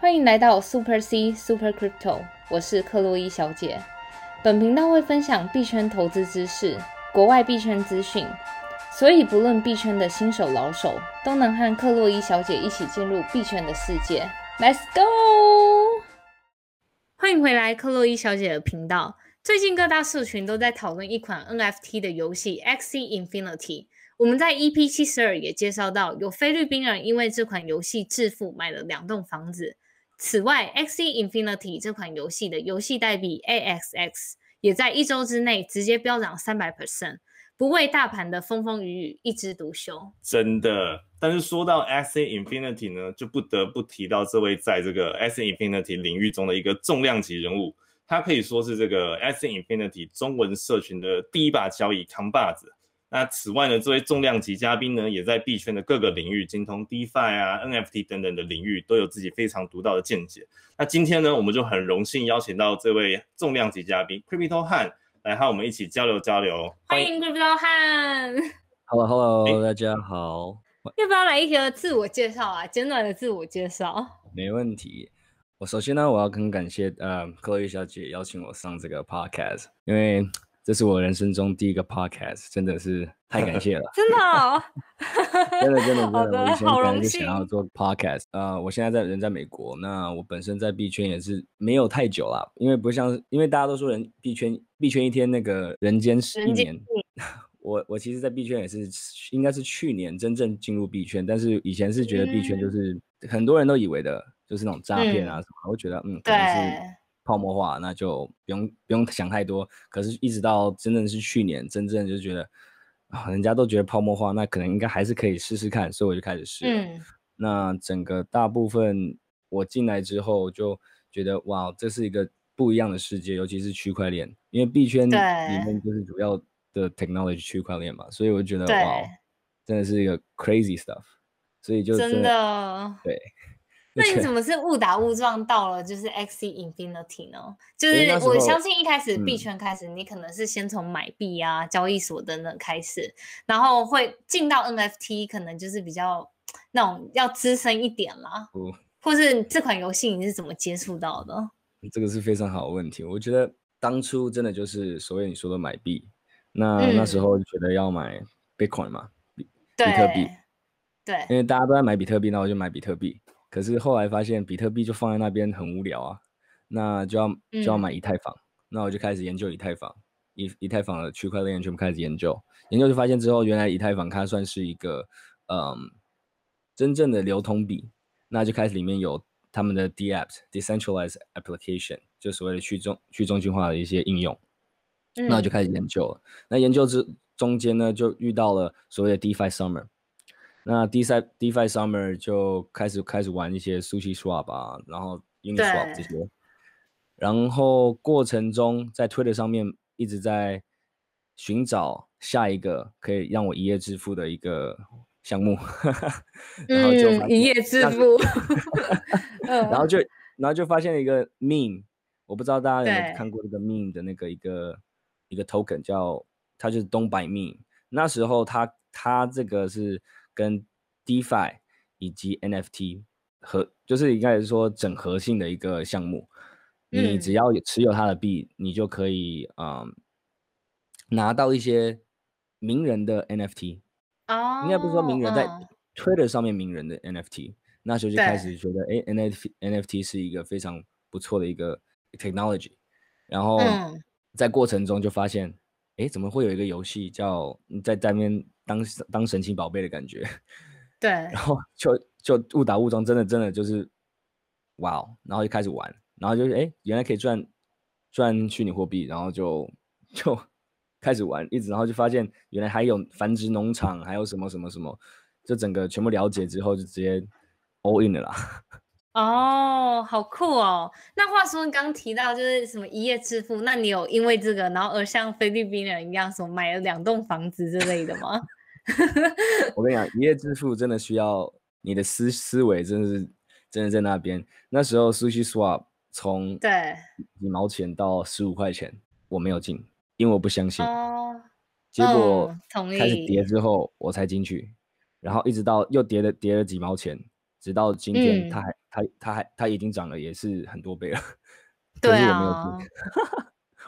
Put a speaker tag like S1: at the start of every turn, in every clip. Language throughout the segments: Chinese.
S1: 欢迎来到 Super C Super Crypto，我是克洛伊小姐。本频道会分享币圈投资知识、国外币圈资讯，所以不论币圈的新手老手，都能和克洛伊小姐一起进入币圈的世界。Let's go！欢迎回来，克洛伊小姐的频道。最近各大社群都在讨论一款 NFT 的游戏 Axie Infinity。我们在 EP 七十二也介绍到，有菲律宾人因为这款游戏致富，买了两栋房子。此外，Axie Infinity 这款游戏的游戏代币 AXX 也在一周之内直接飙涨三百 percent，不为大盘的风风雨雨一枝独秀。
S2: 真的。但是说到 S A Infinity 呢，就不得不提到这位在这个 S A Infinity 领域中的一个重量级人物，他可以说是这个 S A Infinity 中文社群的第一把交椅扛把子。那此外呢，这位重量级嘉宾呢，也在币圈的各个领域，精通 DeFi 啊、NFT 等等的领域，都有自己非常独到的见解。那今天呢，我们就很荣幸邀请到这位重量级嘉宾 Crypto Han 来和我们一起交流交流。
S1: 欢迎 Crypto 汉，
S3: Hello Hello，、
S2: 哎
S3: 大家好，
S1: 要不要来一个自我介绍啊？简短的自我介绍。，
S3: 没问题。我首先呢，我要很感谢呃，克洛伊小姐邀请我上这个 podcast，因为这是我人生中第一个 podcast，真的是太感谢了
S1: 真的、哦？
S3: 真的真的真
S1: 好
S3: 的，我
S1: 的
S3: 以前
S1: 好
S3: 本来
S1: 荣
S3: 就想要
S1: 幸
S3: 做 podcast，呃，我现在在人在美国，那我本身在币圈也是没有太久啦，因为不像，因为大家都说人币圈币圈一天那个人间是一
S1: 人间
S3: 年， 我我其实，在币圈也是应该是去年真正进入币圈，但是以前是觉得币圈
S1: 嗯
S3: 就是、很多人都以为的，就是那种诈骗啊什么，我会觉得嗯，可能 是
S1: 对
S3: 泡沫化，那就不用不用想太多。可是，一直到真正是去年，真正就觉得啊，人家都觉得泡沫化，那可能应该还是可以试试看，所以我就开始试了。
S1: 嗯，
S3: 那整个大部分我进来之后就觉得哇，这是一个不一样的世界，尤其是区块链，因为币圈里面就是主要的 technology 区块链嘛，所以我觉得
S1: 对
S3: 哇，哦真的是一个 crazy stuff，所以就
S1: 真的。
S3: 对。
S1: 那
S3: 就
S1: 你
S3: 觉
S1: 怎
S3: 得
S1: 么是误打误撞到了就是 X C Infinity 呢？就
S3: 因为
S1: 是
S3: 那时
S1: 我
S3: 候
S1: 相信一开始币
S3: 嗯
S1: 圈开始，你可能是先从买币啊、交易所等等开始，然后会进到 NFT，可能就是比较那种要资深一点啦。
S3: 不
S1: 或是这款游戏你是怎么接触到的？
S3: 这个是非常好的问题。我觉得当初真的就是所谓你说的买币，那、那时
S1: 嗯
S3: 候就觉得要买 Bitcoin 嘛，
S1: 对
S3: 特币，
S1: 对，
S3: 因为大家都在买比特币，那我就买比特币。可是后来发现比特币就放在那边很无聊啊，那就要就要
S1: 嗯
S3: 买以太坊，那我就开始研究以太坊，以以太坊的区块链全部开始研究，研究就发现之后，原来以太坊它算是一个嗯真正的流通币，那就开始里面有他们的 DApps decentralized application，就所谓的去中去中心化的一些应用。那我就
S1: 嗯
S3: 开始研究了。那研究之中间呢，就遇到了所谓的 DeFi Summer。那 DeFi DeFi Summer 就开始开始玩一些 Sushi Swap 啊，然后 Uniswap 这些。然后过程中在 Twitter 上面一直在寻找下一个可以让我一夜致富的一个项目， 然后就发
S1: 嗯，一
S3: 现
S1: 夜致
S3: 那时
S1: 富，嗯，
S3: 然后就然后就发现了一个 meme，我不知道大家有没
S1: 对
S3: 有看过这个 meme 的那个一个一个 token 叫它就是东百 meme。那时候它它这个是跟 DeFi 以及 NFT 合，就是应该是说整合性的一个项目。你
S1: 嗯
S3: 只要有持有它的币，你就可以嗯拿到一些名人的 NFT。
S1: 哦，
S3: 应该不是说名人，在
S1: 嗯
S3: Twitter 上面名人的 NFT，那时候就开
S1: 对
S3: 始觉得，哎，NFT NFT 是一个非常不错的一个 technology。然后
S1: 嗯
S3: 在过程中就发现，哎，怎么会有一个游戏叫在在那边当当神奇宝贝的感觉？
S1: 对
S3: 然后 就就误打误撞，真的真的就是，哇哦！然后就开始玩，然后就是哎，诶原来可以赚赚虚拟货币，然后就就 开始玩，一直然后就发现原来还有繁殖农场，还有什么什么什么，就整个全部了解之后就直接 all in 了 啦。
S1: 哦，好酷哦！那话说，你刚提到就是什么一夜致富，那你有因为这个，然后而像菲律宾人一样，什么买了两栋房子之类的吗？
S3: 我跟你讲，一夜致富真的需要你的思思维，真的是真的在那边。那时候 Sushi Swap 从
S1: 对，
S3: 几毛钱到十五块钱，我没有进，因为我不相信。
S1: 哦，
S3: 结果
S1: 嗯同
S3: 开始跌
S1: 意
S3: 之后，我才进去，然后一直到又跌了跌了几毛钱，直到今天
S1: 嗯
S3: 它还、它它还它已经涨了也是很多倍了， 可
S1: 对
S3: 是我没有
S1: 啊
S3: 进，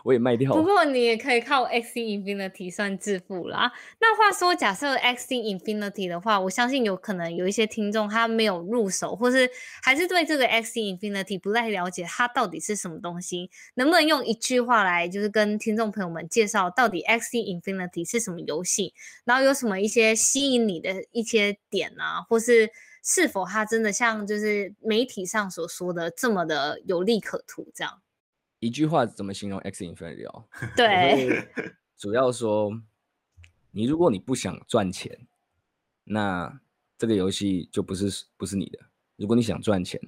S3: 我也卖掉
S1: 不
S3: 了。
S1: 过你也可以靠 XC Infinity 算致富啦。那话说，假设 XC Infinity 的话，我相信有可能有一些听众他没有入手，或是还是对这个 XC Infinity 不太了解，它到底是什么东西？能不能用一句话来，就是跟听众朋友们介绍到底 XC Infinity 是什么游戏，然后有什么一些吸引你的一些点啊，或是是否它真的像就是媒体上所说的这么的有利可图？这样
S3: 一句话怎么形容 X Infinity 哦？
S1: 对。
S3: 主要说，你如果你不想赚钱，那这个游戏就不是不是你的。如果你想赚钱，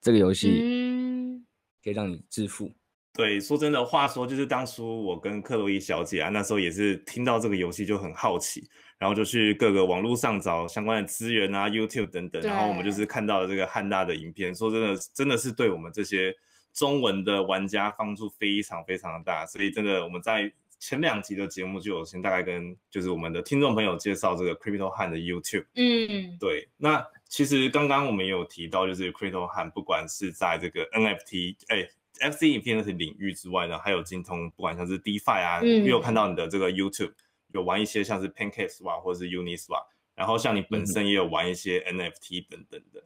S3: 这个游戏
S1: 嗯，
S3: 可以让你致富。
S2: 对，说真的，话说就是当初我跟克洛伊小姐啊，那时候也是听到这个游戏就很好奇，然后就去各个网络上找相关的资源啊、YouTube 等等，然后我们就
S1: 对
S2: 是看到了这个汉大的影片，说真的，真的是对我们这些中文的玩家帮助非常非常的大，所以真的我们在前两集的节目就有先大概跟就是我们的听众朋友介绍这个 Crypto 汉的 YouTube。
S1: 嗯，
S2: 对，那其实刚刚我们也有提到，就是 Crypto 和不管是在这个 NFT 哎 FC 影片的领域之外呢，还有精通不管像是 DeFi 啊，
S1: 嗯
S2: 也有看到你的这个 YouTube 有玩一些像是 PancakeSwap 或是 Uniswap，然后像你本身也有玩一些 NFT 等等的。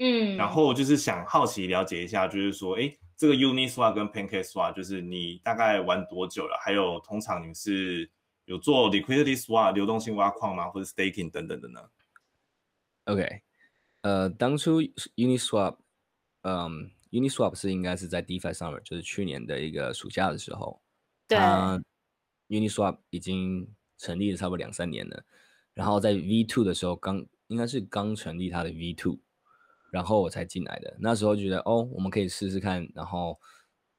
S1: 嗯，
S2: 然后就是想好奇了解一下，就是说，哎，这个 Uniswap 跟 PancakeSwap，就是你大概玩多久了？还有通常你们是有做 liquidity swap 流动性挖矿吗？或者 staking 等等的呢？
S3: OK，呃，当初 Uniswap，嗯，Uniswap 是应该是在 DeFi Summer，就是去年的一个暑假的时候，
S1: 对，
S3: 它 Uniswap 已经成立了差不多两三年了，然后在 V two 的时候刚应该是刚成立它的 V two，然后我才进来的。那时候觉得哦，我们可以试试看，然后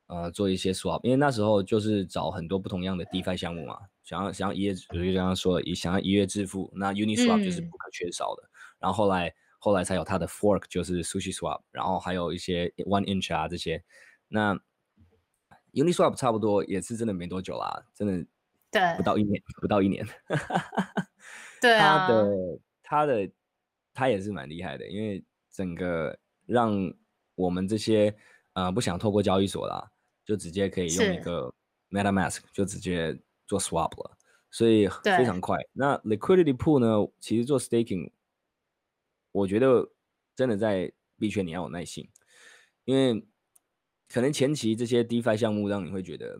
S3: 呃做一些 swap，因为那时候就是找很多不同样的 DeFi 项目嘛，想要想要一夜，我就刚刚说了，一想要一夜致富，那 Uniswap 就是
S1: 嗯
S3: 不可缺少的。然后后来后来才有它的 fork，就是 Sushi Swap，然后还有一些 One Inch 啊这些。那 Uniswap 差不多也是真的没多久啦，真的
S1: 对，
S3: 不到一年，不到一年。
S1: 对
S3: 他
S1: 啊，
S3: 的他的他也是蛮厉害的，因为整个让我们这些呃不想透过交易所啦，就直接可以用一
S1: 是
S3: 个 MetaMask 就直接做 swap 了，所以
S1: 对
S3: 非常快。那 liquidity pool 呢，其实做 staking，我觉得真的在币圈你要有耐心，因为可能前期这些 DeFi 项目让你会觉得，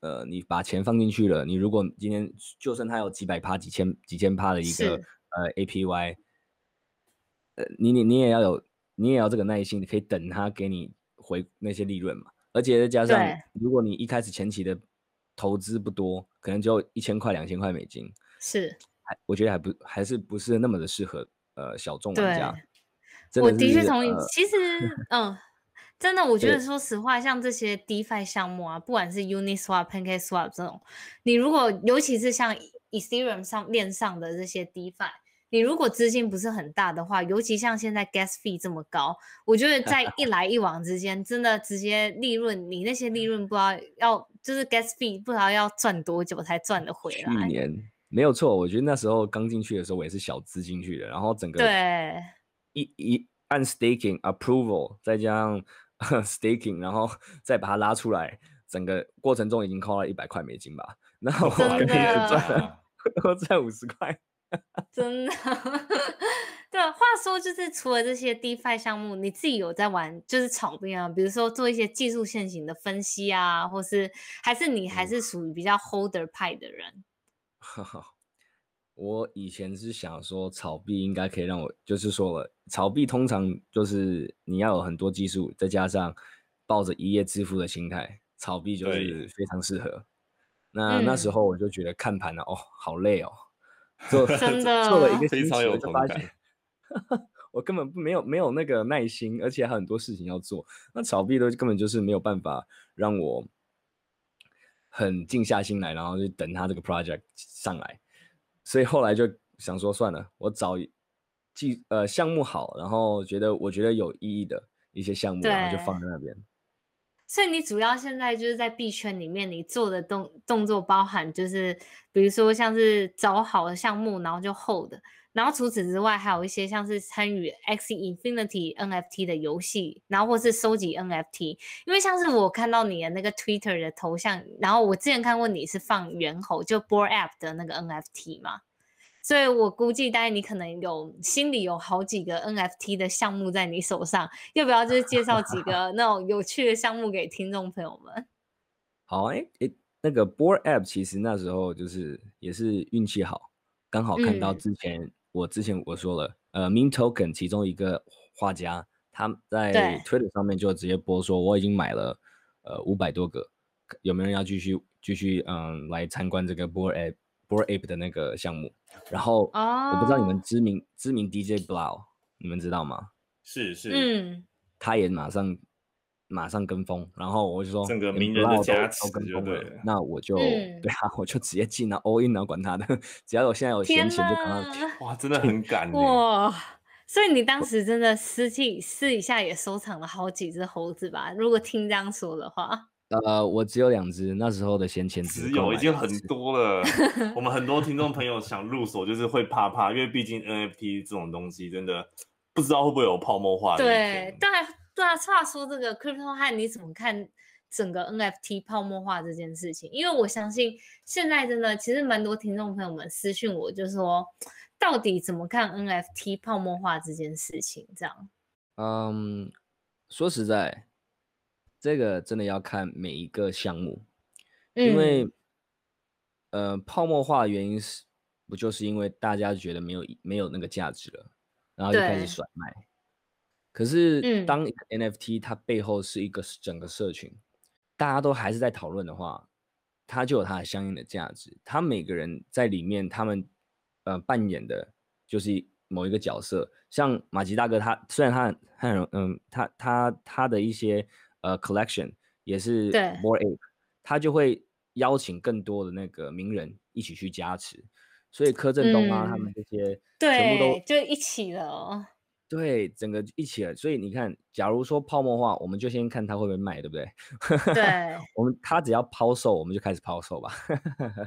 S3: 呃，你把钱放进去了，你如果今天就算它有几百趴、几千、几千趴的一
S1: 是
S3: 个呃 APY，呃，你你你也要有，你也要这个耐心，你可以等它给你回那些利润嘛。而且再加上
S1: 对，
S3: 如果你一开始前期的投资不多，可能只有一千块、两千块美金，
S1: 是，
S3: 还我觉得还不还是不是那么的适合呃小众玩家
S1: 对。
S3: 真
S1: 我
S3: 是
S1: 的确同意
S3: 呃。
S1: 其 实，嗯，真的，我觉
S3: 对
S1: 得说实话，像这些 DeFi 项目啊，不管是 Uniswap、PancakeSwap 这种，你如果尤其是像 Ethereum 上链上的这些 DeFi。你如果资金不是很大的话，尤其像现在 gas fee 这么高，我觉得在一来一往之间，真的直接利润，你那些利润不知道要就是 gas fee 不知道要赚多久才赚得回
S3: 去
S1: 来。
S3: 年没有错，我觉得那时候刚进去的时候，我也是小资进去的，然后整个
S1: 对，
S3: 一一按 staking approval，再加上 staking，然后再把它拉出来，整个过程中已经扣了一百块美金吧。 那我
S1: 真
S3: 还
S1: 的
S3: 是赚了，我赚五十块。
S1: 真的， 对啊。话说，就是除了这些 DeFi 项目，你自己有在玩，就是炒币啊，比如说做一些技术线型的分析啊，或是还是你还是属于比较 holder 派的人，
S3: 我以前是想说炒币应该可以让我，就是说了，炒币通常就是你要有很多技术，再加上抱着一夜致富的心态，炒币就
S2: 对
S3: 是非常适合。那那时
S1: 嗯
S3: 候我就觉得看盘了、哦，好累哦，做
S1: 真
S3: 做了一
S1: 的
S3: 个
S2: 非
S3: 星
S2: 常
S3: 期
S2: 有
S3: 我就
S2: 同
S3: 发
S2: 感
S3: 现， 我根本不没有没有那个耐心，而且还有很多事情要做。那炒币的根本就是没有办法让我很静下心来，然后就等他这个 project 上来。所以后来就想说，算了，我找一技呃项目好，然后觉得我觉得有意义的一些项目，然后就放在那边。
S1: 所以你主要现在就是在币圈里面，你做的动动作包含就是，比如说像是找好的项目，然后就 hold，然后除此之外，还有一些像是参与 X Infinity NFT 的游戏，然后或是收集 NFT。因为像是我看到你的那个 Twitter 的头像，然后我之前看过你是放猿猴，就 b o r App 的那个 NFT 嘛，所以我估计大概你可能有心里有好几个 NFT 的项目在你手上，要不要就是介绍几个那种有趣的项目给听众朋友们？
S3: 好，哎、诶那个 Board App 其实那时候就是也是运气好，刚好看到
S1: 嗯
S3: 之前、我之前我说了，呃，Min Token 其中一个画家他在
S1: 对
S3: Twitter 上面就直接播说我已经买了呃五百多个，有没有人要继续继续嗯来参观这个 Board App Board App 的那个项目？然后、
S1: 哦，
S3: 我不知道你们，知名知名 DJ Blau 你们知道吗？
S2: 是是，
S1: 嗯，
S3: 他也马上马上跟风，然后我就说
S2: 整个
S3: 连
S2: 名人的
S3: Blau 都
S2: 加
S3: 都跟
S2: 持就
S3: 风
S2: 对
S3: 了
S2: 了
S3: 那我就、
S1: 嗯
S3: 对啊，我就直接进了 all in 啊，管他的，只要我现在有闲
S1: 天
S3: 钱就赶快。
S1: 哪，
S2: 哇，真的很敢欸
S1: 哇！所以你当时真的私底私底下也收藏了好几只猴子吧？如果听这样说的话，
S3: 呃，我只有两只，那时候的闲钱
S2: 只
S3: 够
S2: 有
S3: 买
S2: 哦已经
S3: 两
S2: 很
S3: 只
S2: 多了。我们很多听众朋友想入手，就是会怕怕，因为毕竟 NFT 这种东西真的不知道会不会有泡沫化的一
S1: 对
S2: 天。
S1: 对啊对啊。话说这个 crypto 汉，你怎么看整个 NFT 泡沫化这件事情？因为我相信现在真的其实蛮多听众朋友们私讯我，就说到底怎么看 NFT 泡沫化这件事情？这样，
S3: 嗯，说实在，这个真的要看每一个项目，因为
S1: 嗯、
S3: 呃泡沫化的原因是不就是因为大家觉得没有没有那个价值了，然后就开始
S1: 对
S3: 甩卖。可是
S1: 嗯
S3: 当一个 NFT 它背后是一个整个社群，大家都还是在讨论的话，它就有它的相应的价值。它每个人在里面，他们呃扮演的就是某一个角色。像马吉大哥他，虽然他很他很嗯，他他他的一些呃 collection 也是
S1: 对
S3: more ape，他就会邀请更多的那个名人一起去加持。所以柯震东啊，他们
S1: 嗯
S3: 这些全部都
S1: 对，就一起了哦。
S3: 对，整个一起了。所以你看，假如说泡沫化，我们就先看它会不会卖，对不对？
S1: 对。
S3: 我们它只要抛售，我们就开始抛售吧。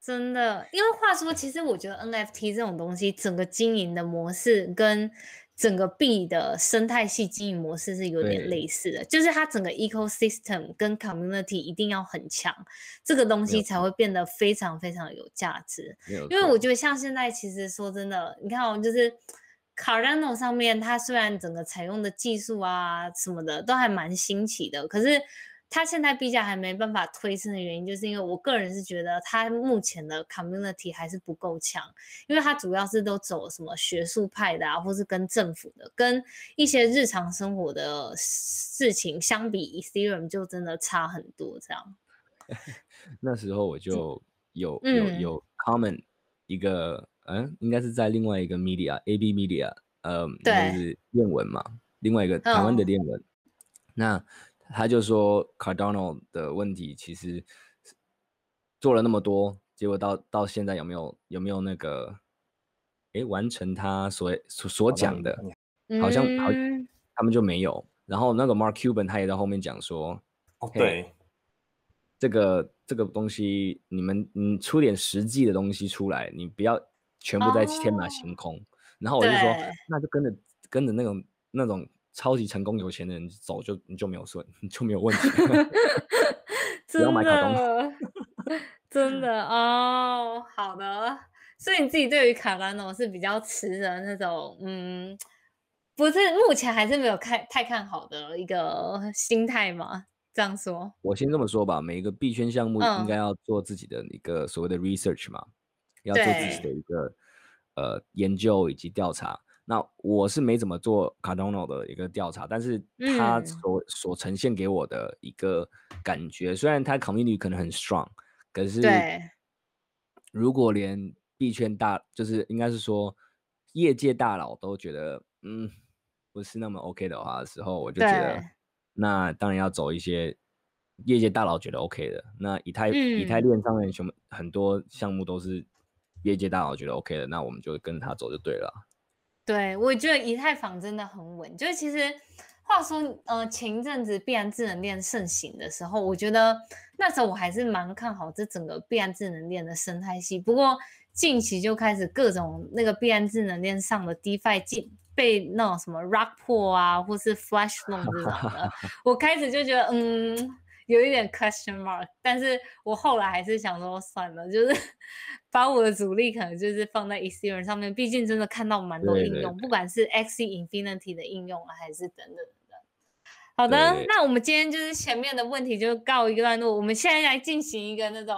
S1: 真的，因为话说，其实我觉得 NFT 这种东西，整个经营的模式跟整个币的生态系经营模式是有点
S3: 对
S1: 类似的，就是它整个 ecosystem 跟 community 一定要很强，这个东西
S3: 有
S1: 才会变得非常非常有价值。
S3: 没有
S1: 因为
S3: 错
S1: 我觉得像现在，其实说真的，你看哦，就是 Cardano 上面，它虽然整个采用的技术啊什么的都还蛮新奇的，可是它现在币价还没办法推升的原因，就是因为我个人是觉得它目前的 community 还是不够强，因为它主要是都走什么学术派的啊，或是跟政府的、跟一些日常生活的事情相比，Ethereum 就真的差很多这样。
S3: 那时候我就有有
S1: 嗯
S3: 有 comment 一个，嗯，应该是在另外一个 media AB media，呃，就
S1: 对
S3: 是练文嘛，另外一个台湾的
S1: 嗯
S3: 练文，那他就说 Cardano 的问题其实做了那么多，结果到到现在有没有有没有那个，诶，完成他所谓所所讲的，好像好
S1: 嗯
S3: 他们就没有。然后那个 Mark Cuban 他也在后面讲说，
S2: 哦，对，
S3: 这个这个东西，你们嗯出点实际的东西出来，你不要全部在天马
S1: 哦
S3: 行空。然后我就说
S1: 对，
S3: 那就跟着跟着那种那种超级成功有钱的人走，就你就没有损， 你就没有问题。不
S1: 真
S3: 要买卡通
S1: 的，真的哦，好的。所以你自己对于卡兰诺是比较持的那种，嗯，不是目前还是没有看太看好的一个心态嘛？这样说，
S3: 我先这么说吧，每一个币圈项目应
S1: 嗯
S3: 该要做自己的一个所谓的 research 嘛，要做自己
S1: 对
S3: 的一个呃研究以及调查。那我是没怎么做 Cardano 的一个调查，但是它
S1: 嗯
S3: 所、所呈现给我的一个感觉，虽然它 community 可能很 strong，可是
S1: 对，
S3: 如果连币圈大，就是应该是说业界大佬都觉得嗯不是那么 OK 的话的时候，我就觉得
S1: 对
S3: 那当然要走一些业界大佬觉得 OK 的。那以太、以太
S1: 嗯
S3: 链上面什么很多项目都是业界大佬觉得 OK 的，那我们就跟着他走就对了啊。
S1: 对，我觉得以太坊真的很稳。就是其实话说，呃，前一阵子币安智能链盛行的时候，我觉得那时候我还是蛮看好这整个币安智能链的生态系。不过近期就开始各种那个币安智能链上的 DeFi 进被那种什么 Rockpool 啊，或是 Flash 弄这种的，我开始就觉得嗯。有一点 question mark，但是我后来还是想说算了，就是 把我的主力可能就是放在 Ethereum 上面，毕竟真的看到蛮多应用，
S3: 对对对
S1: 不管是 Axie Infinity 的应用啊，还是等等的。好的，那我们今天就是前面的问题就告一个段落，我们现在来进行一个那种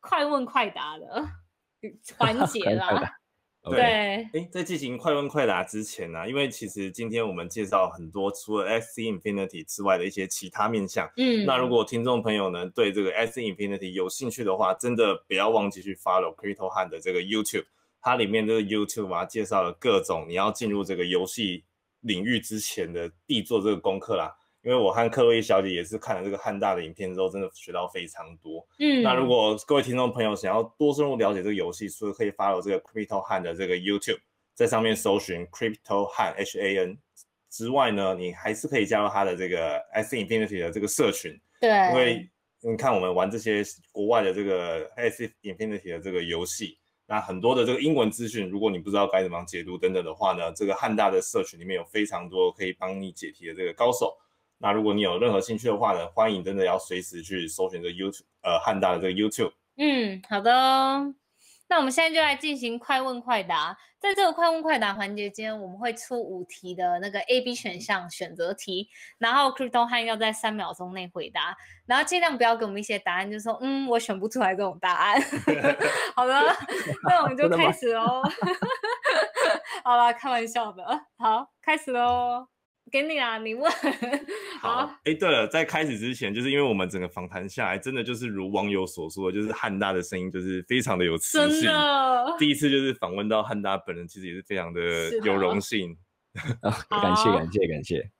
S1: 快问快答的 环节
S3: 快问快
S1: 啦。
S3: OK
S1: 对，
S2: 哎，在进行快问快答之前呢、啊因为其实今天我们介绍很多除了 S C Infinity 之外的一些其他面向。
S1: 嗯，
S2: 那如果听众朋友呢对这个 S C Infinity 有兴趣的话，真的不要忘记去 follow Crypto h u n 的这个 YouTube，它里面这个 YouTube 啊介绍了各种你要进入这个游戏领域之前的必做这个功课啦。因为我和克洛伊小姐也是看了这个汉大的影片之后，真的学到非常多。
S1: 嗯，
S2: 那如果各位听众朋友想要多深入了解这个游戏，除了可以 follow 这个 Crypto Han 的这个 YouTube，在上面搜寻 Crypto Han H A N 之外呢，你还是可以加入他的这个 S Infinity 的这个社群，
S1: 对，
S2: 因为你看我们玩这些国外的这个 S Infinity 的这个游戏，那很多的这个英文资讯，如果你不知道该怎么样解读等等的话呢，这个汉大的社群里面有非常多可以帮你解题的这个高手。那如果你有任何兴趣的话呢，欢迎真的要随时去搜寻这个 YouTube 呃汉大的这个 YouTube。
S1: 嗯，好的哦。那我们现在就来进行快问快答。在这个快问快答环节间，我们会出五题的那个 A、B 选项选择题，然后 Crypto 汉要在三秒钟内回答，然后尽量不要给我们一些答案，就说嗯，我选不出来这种答案。 好的，那我们就
S3: 真的吗
S1: 开始喽。 好啦，开玩笑的。好，开始喽。给你啦，你问。 好，，
S2: 哎，对了，在开始之前，就是因为我们整个访谈下来，真的就是如网友所说的，就是汉大的声音就是非常的有磁
S1: 真
S2: 性。
S1: 的。
S2: 第一次就是访问到汉大本人，其实也是非常的
S1: 是的
S2: 有荣幸。
S3: 啊，感谢
S1: 好
S3: 感谢感谢。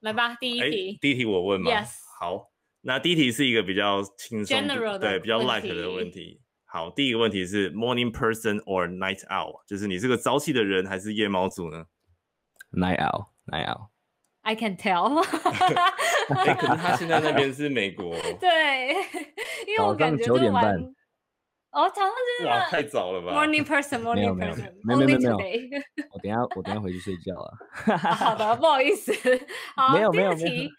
S1: 来吧，第一
S2: 哎
S1: 题。
S2: 第一题我问嘛
S1: Yes
S2: 好，那第一题是一个比较轻松
S1: General 的
S2: 对，比较
S1: 问
S2: light
S1: 题
S2: 的问题。好，第一个问题是 morning person or night owl，就是你是个早起的人还是夜猫族呢？
S3: Night out night out，
S1: I can tell
S2: 哎、可是他现在那边是美国，
S1: 对，因为我
S3: 早
S1: 感
S3: 上
S1: 觉
S3: 9
S1: 就
S3: 点半
S1: 玩，哦，早上真
S2: 哇，太
S1: 的
S2: 早了吧
S1: morning person
S3: 没
S1: morning
S3: 有没有
S1: person
S3: 没有没
S1: only
S3: 有没有
S1: today。
S3: 我等一下我等一下回去睡觉了。
S1: 啊好的，不好意思。好，
S3: 没有
S1: 第
S3: 没
S1: 二
S3: 有没有
S1: 题。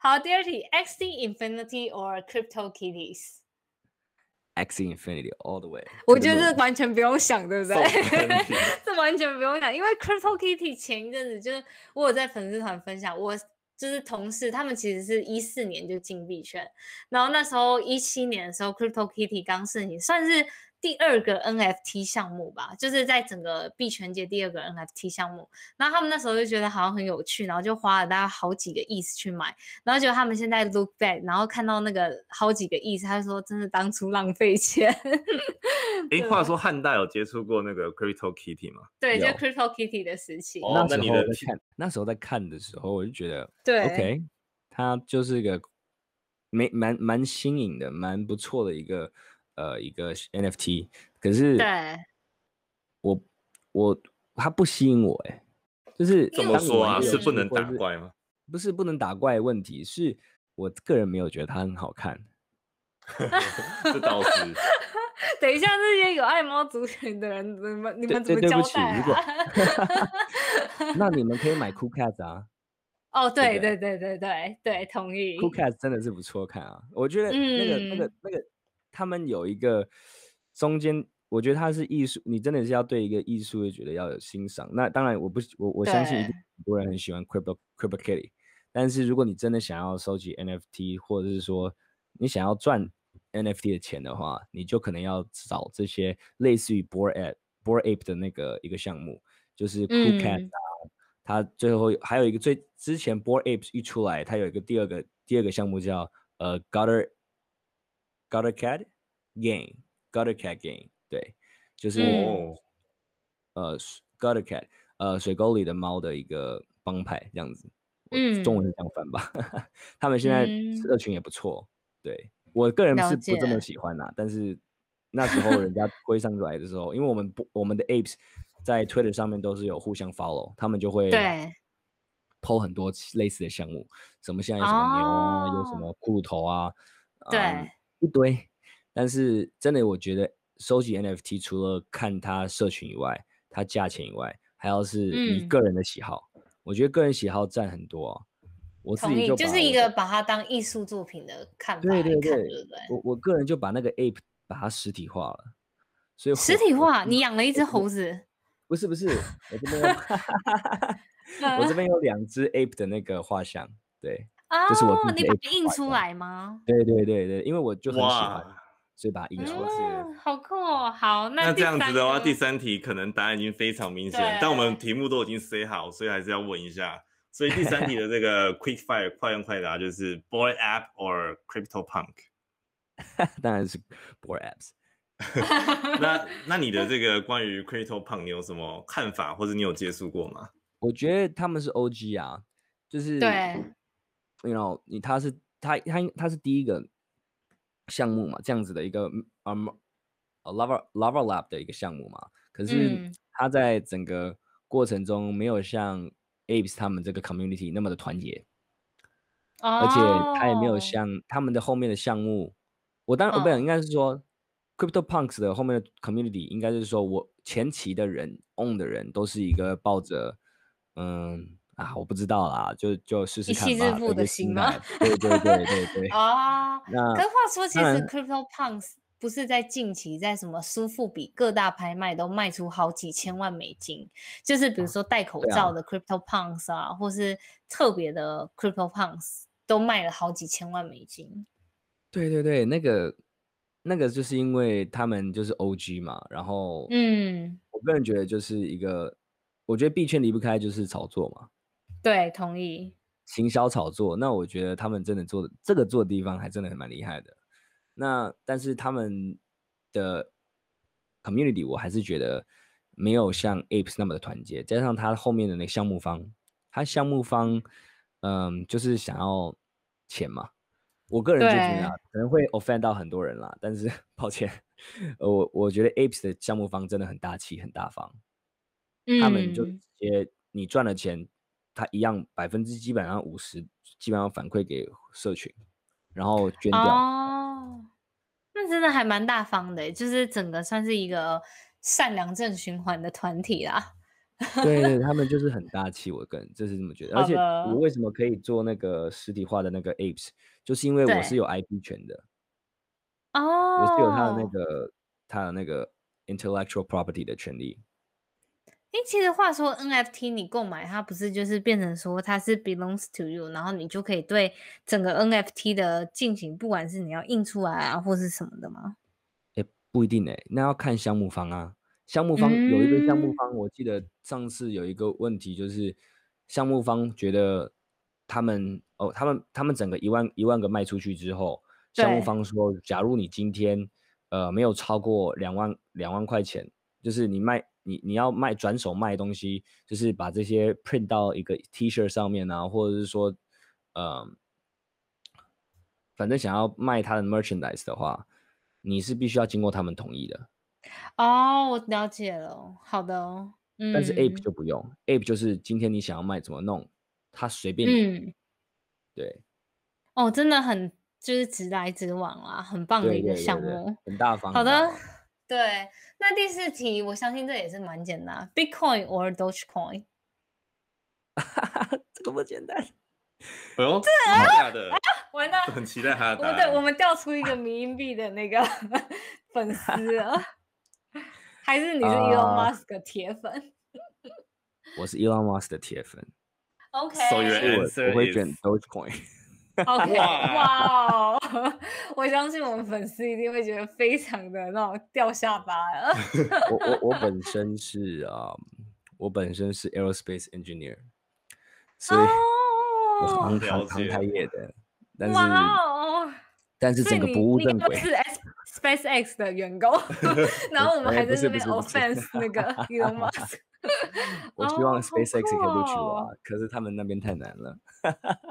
S1: 好，第二题，XT Infinity or Crypto Kitties？
S3: X Infinity all the way，
S1: 我
S3: 这
S1: 觉
S3: 个
S1: 得这完全不用想，对不对
S2: 送？分题
S1: 这完全不用讲，因为 Crypto Kitty 前一阵子就是我有在粉丝团分享，我就是同事他们其实是一四年就进币圈，然后那时候一七年的时候 Crypto Kitty 刚盛行，算是第二个 NFT 项目吧，就是在整个币圈界第二个 NFT 项目。然后他们那时候就觉得好像很有趣，然后就花了大概好几个亿去买，然后结果他们现在 look back，然后看到那个好几个亿，他就说真的当初浪费钱。
S2: 哎、话说汉大有接触过那个 Crypto Kitty 吗？
S1: 对，就
S3: 有
S1: Crypto Kitty 的时期，
S2: 哦
S3: 那
S2: 那
S3: 时
S2: 你
S3: 候
S2: 的
S3: 在
S2: 体
S3: 看，那时候在看的时候，我就觉得
S1: 对
S3: OK，它就是一个没蛮蛮新颖的、蛮不错的一个呃一个 NFT，可是
S1: 对。
S3: 我我它不吸引我哎、就是
S1: 因
S2: 怎
S1: 为
S2: 么
S3: 当你
S2: 说
S3: 玩
S2: 啊？
S3: 一个
S2: 是
S3: 游
S2: 不
S3: 戏
S2: 能
S3: 或者
S2: 打
S3: 是
S2: 怪 吗？
S3: 不是不能打怪的问题，是我个人没有觉得它很好看。
S2: 这倒 是。
S1: 等一下，这些有爱猫族群的人，你们你
S3: 对
S1: 们怎么
S3: 对对
S1: 交
S3: 不起，
S1: 代
S3: 如果
S1: 啊？
S3: 那你们可以买 Cool Cats 啊
S1: 哦，对
S3: 对
S1: 对
S3: 对
S1: 对对对对，同意。
S3: ，Cool Cats 真的是不错看啊，我觉得那个、那
S1: 嗯
S3: 个那个他们有一个中间。我觉得它是艺术，你真的是要对一个艺术就觉得要有欣赏。那当然，我不我我相信一
S1: 对
S3: 定很多人很喜欢 Crypto Crypto Kitty，但是如果你真的想要收集 NFT，或者是说你想要赚 NFT 的钱的话，你就可能要找这些类似于 Bored Ape Bored Ape 的那个一个项目，就是 Cool Cat
S1: 嗯
S3: 啊。它最后还有一个最之前 Bored Apes 一出来，它有一个第二个第二个项目叫呃 Gutter Gutter Cat Game Gutter Cat Game，对，就是、
S2: 哦，
S3: 呃 Gutter Cat 呃水沟里的猫的一个帮派这样子。我中文是这样翻吧。 他们现在
S1: 嗯
S3: 社群也不错，对我个人
S1: 了
S3: 是不这么
S1: 解
S3: 喜欢啦、但是那时候人家推上来的时候，因为我们不我们的 apes 在 Twitter 上面都是有互相 follow，他们就会
S1: 对
S3: PO 很多其类似的项目，什么现在有什么牛啊，有
S1: 哦
S3: 什么骷髅头啊，
S1: 对
S3: 嗯一堆。但是真的，我觉得收集 NFT 除了看它社群以外，它价钱以外，还要是你
S1: 嗯
S3: 个人的喜好。我觉得个人喜好占很多、啊。我自
S1: 同
S3: 己
S1: 意，
S3: 就
S1: 就
S3: 把
S1: 是
S3: 我
S1: 一
S3: 的
S1: 个把它当艺术作品的看法来
S3: 对对
S1: 看，
S3: 对
S1: 对不对？
S3: 我我个人就把那个 ape 把它实体化了，所以
S1: 实
S3: 我
S1: 体
S3: 我
S1: 化，
S3: 我
S1: 你养了一只猴子，
S3: 不是不是，我这边 有 我这边有两只 ape 的那个画像，对
S1: 啊，
S3: 这是我自己
S1: 你
S3: 的
S1: 把
S3: app
S1: 它印
S3: 画
S1: 出
S3: 的
S1: 来吗？
S3: 对对对对，因为我就很喜欢
S2: 哇，，
S3: 所以把它印出来。
S1: 嗯，好酷哦！好，
S2: 那
S1: 第
S2: 这样
S1: 三
S2: 子的话，
S1: 个
S2: 第三题可能答案已经非常明显
S1: 对，
S2: 但我们题目都已经 say 好，所以还是要问一下。所以第三题的这个 quick fire 快问快答就是 boy app or crypto punk。
S3: 当然是 b o r apps。
S2: 那那你的这个关于 crypto punk 你有什么看法，或者你有接触过吗？
S3: 我觉得他们是 OG 啊，就是
S1: 对
S3: ，you know，你他是他他他是第一个项目嘛，这样子的一个嗯啊、嗯啊 Lava Lava Lab 的一个项目嘛。可是
S1: 嗯
S3: 他在整个过程中没有像 Apes 他们这个 community 那么的团结，而且他也没有
S1: 哦
S3: 像他们的后面的项目。我当然我不想
S1: 嗯
S3: 应该是说 Crypto Punks 的后面的 community 应该是说我前期的人 on 的人都是一个抱着嗯。啊，我不知道啦，就就试试
S1: 一
S3: 看
S1: 夕致
S3: 吧。
S1: 富
S3: 一
S1: 的
S3: 个
S1: 心
S3: 心
S1: 吗。
S3: 态对对对对对
S1: 啊。
S3: 那
S1: 可是话说，其
S3: 嗯当
S1: 实
S3: 然
S1: Crypto Punks 不是在近期在什么苏富比各大拍卖都卖出好几千万美金，就是比如说戴口
S3: 对啊
S1: 罩的 Crypto Punks 啊，或是特别的 Crypto Punks 都卖了好几千万美金。
S3: 对对对，那个那个就是因为他们就是 OG 嘛，然后
S1: 嗯，
S3: 我个人觉得就是一个，我觉得币圈离不开就是炒作嘛，
S1: 对，同意。
S3: 行销炒作。那我觉得他们真的做的这个做的地方还真的很蛮厉害的。那但是他们的 community 我还是觉得没有像 Apes 那么的团结，加上他后面的那个项目方，他项目方嗯就是想要钱嘛。我个人就觉得、啊、可能会 offend 到很多人啦，但是 抱歉，呃我我觉得 Apes 的项目方真的很大气、很大方，他们就直
S1: 嗯
S3: 接你赚了钱，他一样百分之基本上五十，基本上反馈给社群，然后捐掉。
S1: 哦，那真的还蛮大方的欸，就是整个算是一个善良正循环的团体啦。
S3: 对对，他们就是很大气，我个人就是这么觉得。而
S1: 好
S3: 且
S1: 的
S3: 我为什么可以做那个实体化的那个 Apes，就是因为我是
S1: 对
S3: 有 IP 权的，
S1: 哦，
S3: 我是有他的那个他的那个 intellectual property 的权利。
S1: 诶，其实话说，NFT 你购买它不是就是变成说它是 belongs to you，然后你就可以对整个 NFT 的进行，不管是你要印出来啊，或是什么的吗？
S3: 哎，不一定哎，那要看项目方啊。项目方有一个项目
S1: 嗯
S3: 方，我记得上次有一个问题，就是项目方觉得他们哦，他们他们整个一万一万个卖出去之后，项目
S1: 对
S3: 方说，假如你今天呃没有超过两万两万块钱，就是你卖你你要卖转手卖东西，就是把这些 print 到一个 T 恤上面啊，或者是说呃，反正想要卖他的 merchandise 的话，你是必须要经过他们同意的。
S1: 哦，我了解了，好的哦，嗯，
S3: 但是 ape 就不用、a p e 就是今天你想要卖怎么弄，他随便你。
S1: 嗯，
S3: 对
S1: 哦，真的很就是直来直往啦，很棒的
S3: 对
S1: 一个
S3: 对
S1: 项
S3: 对对
S1: 目。，
S3: 很大方。
S1: 好
S3: 很大
S1: 的
S3: 方，
S1: 对，那第四题，我相信这也是蛮简单，Bitcoin or Dogecoin？
S3: 这个不简单。
S2: 哎呦，真的假的？
S1: 完蛋，
S2: 很期待
S3: 啊
S2: 他的
S1: 我
S2: 答
S1: 们对，我
S2: 案。
S1: 们调出一个迷音币的那个 粉 丝了，还是你是 Elon
S3: 啊
S1: Musk 的铁粉
S3: 我是 Elon Musk 的铁粉，
S1: ？OK，
S3: 所以
S2: you're
S3: 我
S2: Answer
S3: 我会选
S2: is-
S3: Dogecoin。
S1: OK，
S2: 哇
S1: 哇哦， 我相信我们粉丝一定会觉得非常的那种掉下巴啊了。
S3: 嗯我我我本身是啊、我本身是 aerospace engineer，所以我是航
S1: 哦，
S3: 航
S2: 了
S3: 航
S2: 解
S3: 太业的，但是
S1: 哇哦！
S3: 但是
S1: 所以
S3: 整个
S1: 你
S3: 不务
S1: 你
S3: 正
S1: 根本
S3: 轨。
S1: 是 S SpaceX 的员 工， 然后我们
S3: 哎
S1: 还
S3: 不
S1: 在那边
S3: 是不是不是
S1: offense 那个 Elon Musk。
S3: 我希
S1: 哦
S3: 望
S1: 好
S3: SpaceX 可以录取我、啊，
S1: 酷哦
S3: 可是他们那边太难了。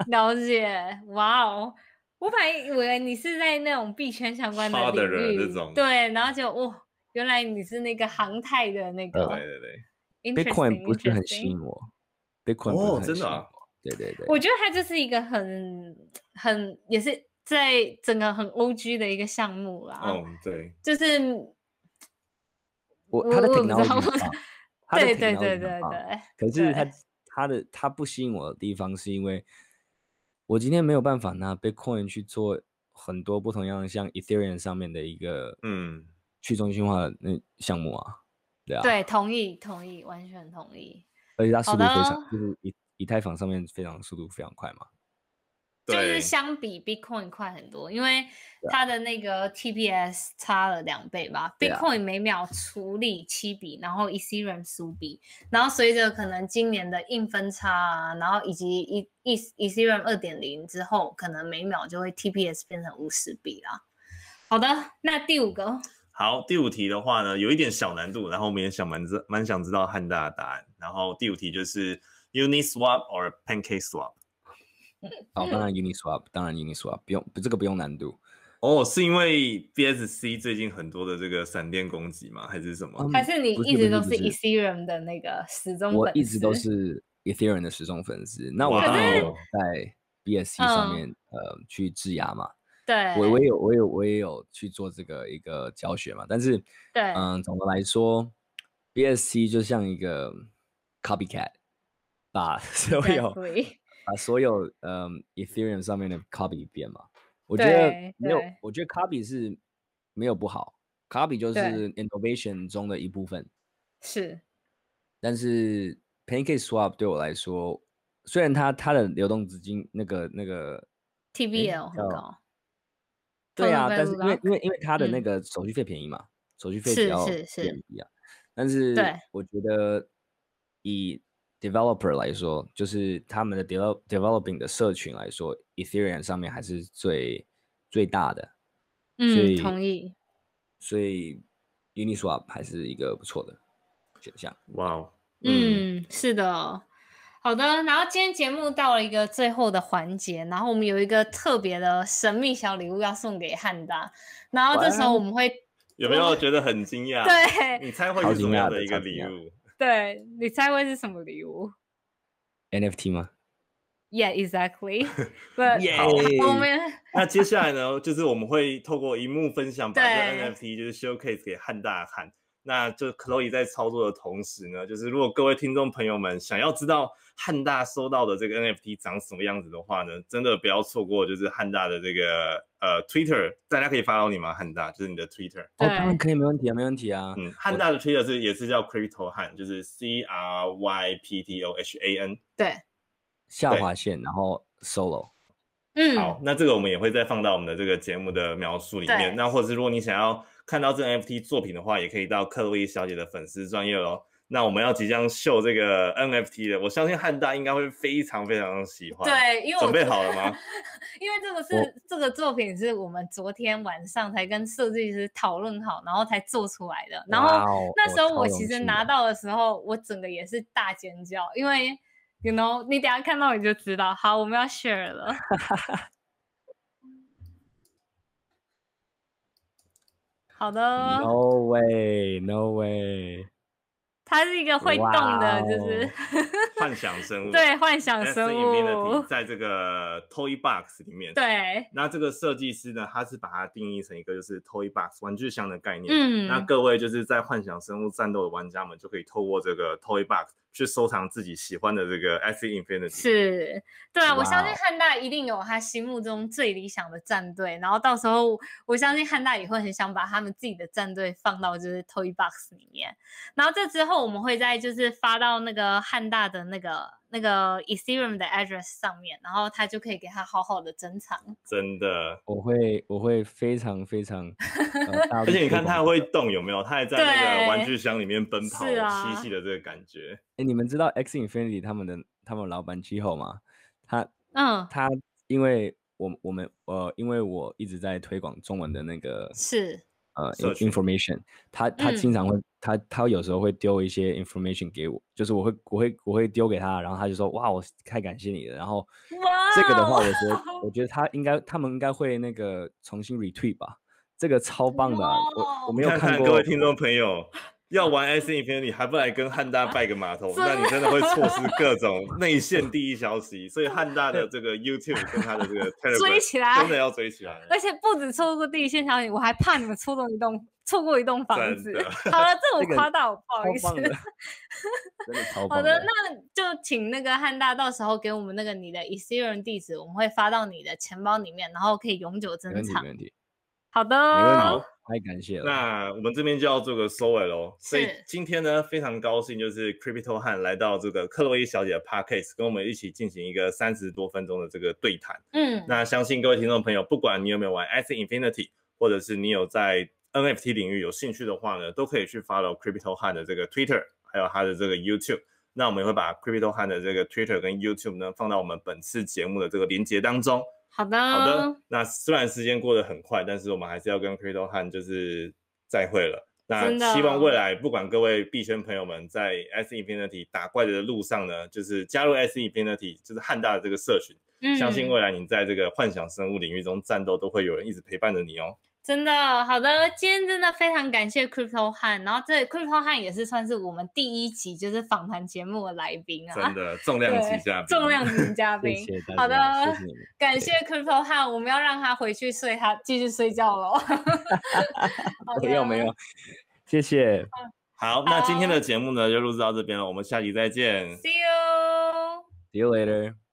S1: 了解，哇哦！我本来以为你是在那种币圈相关
S2: 超
S1: 的
S2: 的
S1: 领
S2: 人这
S1: 域
S2: 种
S1: 对，然后就哇、原来你是那个航太的那个
S3: 呃
S2: 对对对，
S3: Bitcoin
S1: interesting，
S3: 不是很吸
S1: interesting
S3: 引我，Bitcoin 不是
S2: 哦
S3: 很
S2: 真的
S3: 吸引
S2: 啊
S3: 我对对对，
S1: 我觉得它就是一个很很
S3: 哦
S1: 也是在整个很 O G 的一个项目啦，
S2: 哦嗯，对，
S1: 就是
S3: 我
S1: 我
S3: 他的
S1: 我也不知
S3: technology
S1: 道我
S3: 很棒，他的
S1: 对对
S3: technology
S1: 对
S3: 很
S1: 对
S3: 棒
S1: 对，
S3: 可是它
S1: 对
S3: 它的它不吸引我的地方，是因为我今天没有办法拿 Bitcoin 去做很多不同样的，像 Ethereum 上面的一个
S2: 嗯，
S3: 去中心化的那项目啊，对啊，，
S1: 对，同意同意，完全同意。
S3: 而且它速
S1: 好
S3: 度非
S1: 的哦
S3: 常，就是以以太坊上面非常速度非常快嘛，
S1: 就是
S2: 对，
S1: 相比 Bitcoin 快很多，因为
S3: 对啊
S1: 它的那个 TPS 差了两倍吧、b i
S3: 对
S1: t
S3: 啊
S1: c o i n 每秒处理七笔，然后 Ethereum 十五笔，然后随着可能今年的硬分叉啊，然后以及 E E Ethereum 二点零之后，可能每秒就会 TPS 变成五十笔啦。好的，那第五个，
S3: 嗯
S2: 好，第五题的话呢，有一点小难度，然后我们也想蛮知蛮想知道汉大的答案。然后第五题就是 Uniswap or PancakeSwap。
S3: 哦，当然 Uniswap，当然 Uniswap 不用不这个不用难度，
S2: 哦，是因为 BSC 最近很多的这个闪电攻击吗？还是什么？
S3: 嗯
S1: 还是你
S3: 不是
S1: 一
S3: 不
S1: 直
S3: 是
S1: 都是
S3: 不是
S1: Ethereum 的那个始终
S3: 我
S1: 粉
S3: 一直都
S1: 丝
S3: 是 Ethereum 的始终粉丝，那我
S2: 哇
S3: 当然
S2: 哦
S3: 有 在 BSC 上
S1: 嗯
S3: 面呃去质押嘛，
S1: 对，
S3: 我我也有我有我也有去做这个一个教学嘛，但是
S1: 对
S3: 嗯，总的来说，BSC 就像一个 copycat，把 所有
S1: Exactly
S3: 把所有嗯 Ethereum 上面的 copy 一遍嘛。我觉得
S1: 对
S3: 没有
S1: 对，
S3: 我觉得 copy 是没有不好，copy 就
S1: 对
S3: 是 innovation 中的一部分。
S1: 是
S3: 但是 Pancake Swap 对我来说，虽然它它的流动资金那个那个
S1: TBL 很
S3: 叫
S1: 高。
S3: 对啊，
S1: Total
S3: 但是
S1: value
S3: 因为因为因为它的那
S1: 嗯
S3: 个手续费便宜嘛，手续费
S1: 是
S3: 比较
S1: 是是
S3: 便宜啊。但是
S1: 对
S3: 我觉得以 developer 来说，就是他们的 develop developing 的社群来说，Ethereum 上面还是最最大的，所
S1: 嗯，
S3: 以
S1: 同意。
S3: 所以 Uniswap 还是一个不错的选项。
S2: 哇哦，
S1: 嗯，是的。好的，然后今天节目到了一个最后的环节，然后我们有一个特别的神秘小礼物要送给汉达，然后这时
S2: 哦
S1: 候我们会
S2: 有没有觉得很惊讶？，
S1: 对
S2: 你猜会
S3: 超
S2: 是什
S3: 惊
S2: 么样
S3: 讶
S2: 的
S3: 的
S2: 一个
S3: 超惊
S2: 礼
S3: 讶
S2: 物？
S1: 对，你猜会是什么礼物
S3: NFT 吗？
S1: ？Yeah, exactly. But
S2: 耶
S3: 哦
S1: 我们
S2: 那接下来呢， 就是我们会透过荧幕分享把这个
S1: 对
S2: NFT 就是 showcase 给汉大看。那就 Chloe 在操作的同时呢，就是如果各位听众朋友们想要知道汉大收到的这个 NFT 长什么样子的话呢，真的不要错过，就是汉大的这个呃 Twitter，大家可以发到你吗？汉大就是你的 Twitter，
S3: 哦，当然
S1: 对
S3: 可以，没问题啊，没问题啊。
S2: 嗯，汉大的 Twitter 是也是叫 Crypto 汉，就是 C R Y P T O H A N。
S1: 对，
S3: 下
S2: 对
S3: 划线，然后 solo。
S1: 嗯
S2: 好，，那这个我们也会再放到我们的这个节目的描述里
S1: 对
S2: 面。那或者是如果你想要看到这 NFT 作品的话，也可以到克洛伊小姐的粉丝专业哦。那我们要即将秀这个 NFT 的，我相信汉大应该会非常非常喜欢。，
S1: 对，因为我
S2: 准备
S1: 昨
S2: 好了吗？
S1: 因为这个是这个作品是我们昨天晚上才跟设计师讨论好，然后才做出来的。然后
S3: 哇哦
S1: 那时候
S3: 超
S1: 我
S3: 荣
S1: 其实
S3: 幸
S1: 拿
S3: 的
S1: 到的时候，我整个也是大尖叫，因为 you know 你等一下看到你就知道。好，我们要 share 了。 好的，
S3: No way, no way！
S1: 它是一个会动的，就
S3: 哇哦
S1: 是
S2: 幻想生物，
S1: 对幻想
S2: S
S1: 生
S2: Infinity
S1: 物，
S2: 在这个 Toy Box 里面。。
S1: 对，
S2: 那这个设计师呢，他是把它定义成一个就是 Toy Box 玩具箱的概念。那
S1: 嗯，
S2: 各位就是在幻想生物战斗的玩家们，就可以透过这个 Toy Box 去收藏自己喜欢的这个 S Infinity。，
S1: 是，对啊，我相
S3: 哇
S1: 信
S3: 哦
S1: 汉大一定有他心目中最理想的战队，然后到时候我相信汉大也会很想把他们自己的战队放到就是 Toy Box 里面，然后这之后我们会再就是发到那个汉大的那个那个 Ethereum 的 address 上面，然后他就可以给他好好的珍藏。
S2: 真的。
S3: 我会我会非常非常，呃、大
S2: 而
S3: 力
S2: 且你
S3: 推
S2: 看，它
S3: 广
S2: 还会动，有没有？它还在那
S1: 对
S2: 个玩具箱里面奔跑，
S1: 是啊
S2: 嬉戏的这个感觉。
S3: 哎，你们知道 X Infinity 他们的他们老板 G 后吗？他
S2: 哦
S1: 嗯，
S3: 他因为我我们呃，因为我一直在推广中文的那个
S1: 是，
S3: 呃
S2: 社
S3: in-
S2: 群
S3: information，他他
S1: 嗯
S3: 经常会、他他有时候会丢一些 information 给我，就是我会我会我会丢给他，然后他就说哇，我太感谢你了。然后
S1: 哇
S3: 这个的
S1: 哦
S3: 话，我觉得我觉得他应该他们应该会那个重新 retweet 吧，这个超棒的啊、我我没有
S2: 看
S3: 过，
S2: 各位听众朋友，要玩 S Infinity 还不来跟汉大拜个码 头，那你真的会错失各种内线第一消息。所以汉大的这个 YouTube 跟他的这个 Telegram
S1: 追起来
S2: 真的要追起来。
S1: 而且不止错过第一线消息，我还怕你们错过一栋错过一栋房子
S2: 真的。
S1: 好了，这我
S3: 这个
S1: 夸大我，不好意思
S3: 超。棒的，真的超
S1: 好
S3: 棒
S1: 的，那就请那个汉大到时候给我们那个你的 Ethereum 地址，我们会发到你的钱包里面，然后可以永久
S3: 没
S1: 珍
S3: 问题，
S1: 藏
S3: 没。问题，
S1: 好的，哦
S3: 没问
S2: 好
S3: 题，太感谢了。
S2: 那我们这边就要做个收尾喽。所以
S1: 是
S2: 今天呢，非常高兴就是 Crypto 汉来到这个克洛伊小姐的 Podcast，跟我们一起进行一个三十多分钟的这个对谈。
S1: 嗯，
S2: 那相信各位听众朋友，不管你有没有玩 S Infinity，或者是你有在 NFT 领域有兴趣的话呢，都可以去 follow Crypto Han 的这个 Twitter，还有他的这个 YouTube。那我们也会把 Crypto Han 的这个 Twitter 跟 YouTube 呢放到我们本次节目的这个连接当中。
S1: 好的，哦
S2: 好的，
S1: 嗯
S2: 那虽然时间过得很快，但是我们还是要跟 Crypto Han 就是再会了。那
S1: 真的
S2: 希望未来不管各位币圈朋友们在 S Infinity 打怪的路上呢，就是加入 S Infinity，就是汉大的这个社群，
S1: 嗯，
S2: 相信未来你在这个幻想生物领域中战斗，都会有人一直陪伴着你 哦。
S1: 真的好的，今天真的非常感谢 Crypto 汉，然后这 Crypto 汉也是算是我们第一集就是访谈节目的来宾啊，
S2: 真的，重量级嘉宾，
S1: 重量级嘉
S3: 谢
S1: 宾。
S3: 谢大家，
S1: 好的
S3: 谢谢你们。
S1: 感
S3: 对
S1: 谢 Crypto 汉，我们要让他回去睡他，继续睡觉喽。好
S3: 没有
S1: 的
S3: 没有，谢谢，
S2: 好，那今天的节目呢就录制到这边了，我们下期再见。
S1: ，See you。
S3: see you later。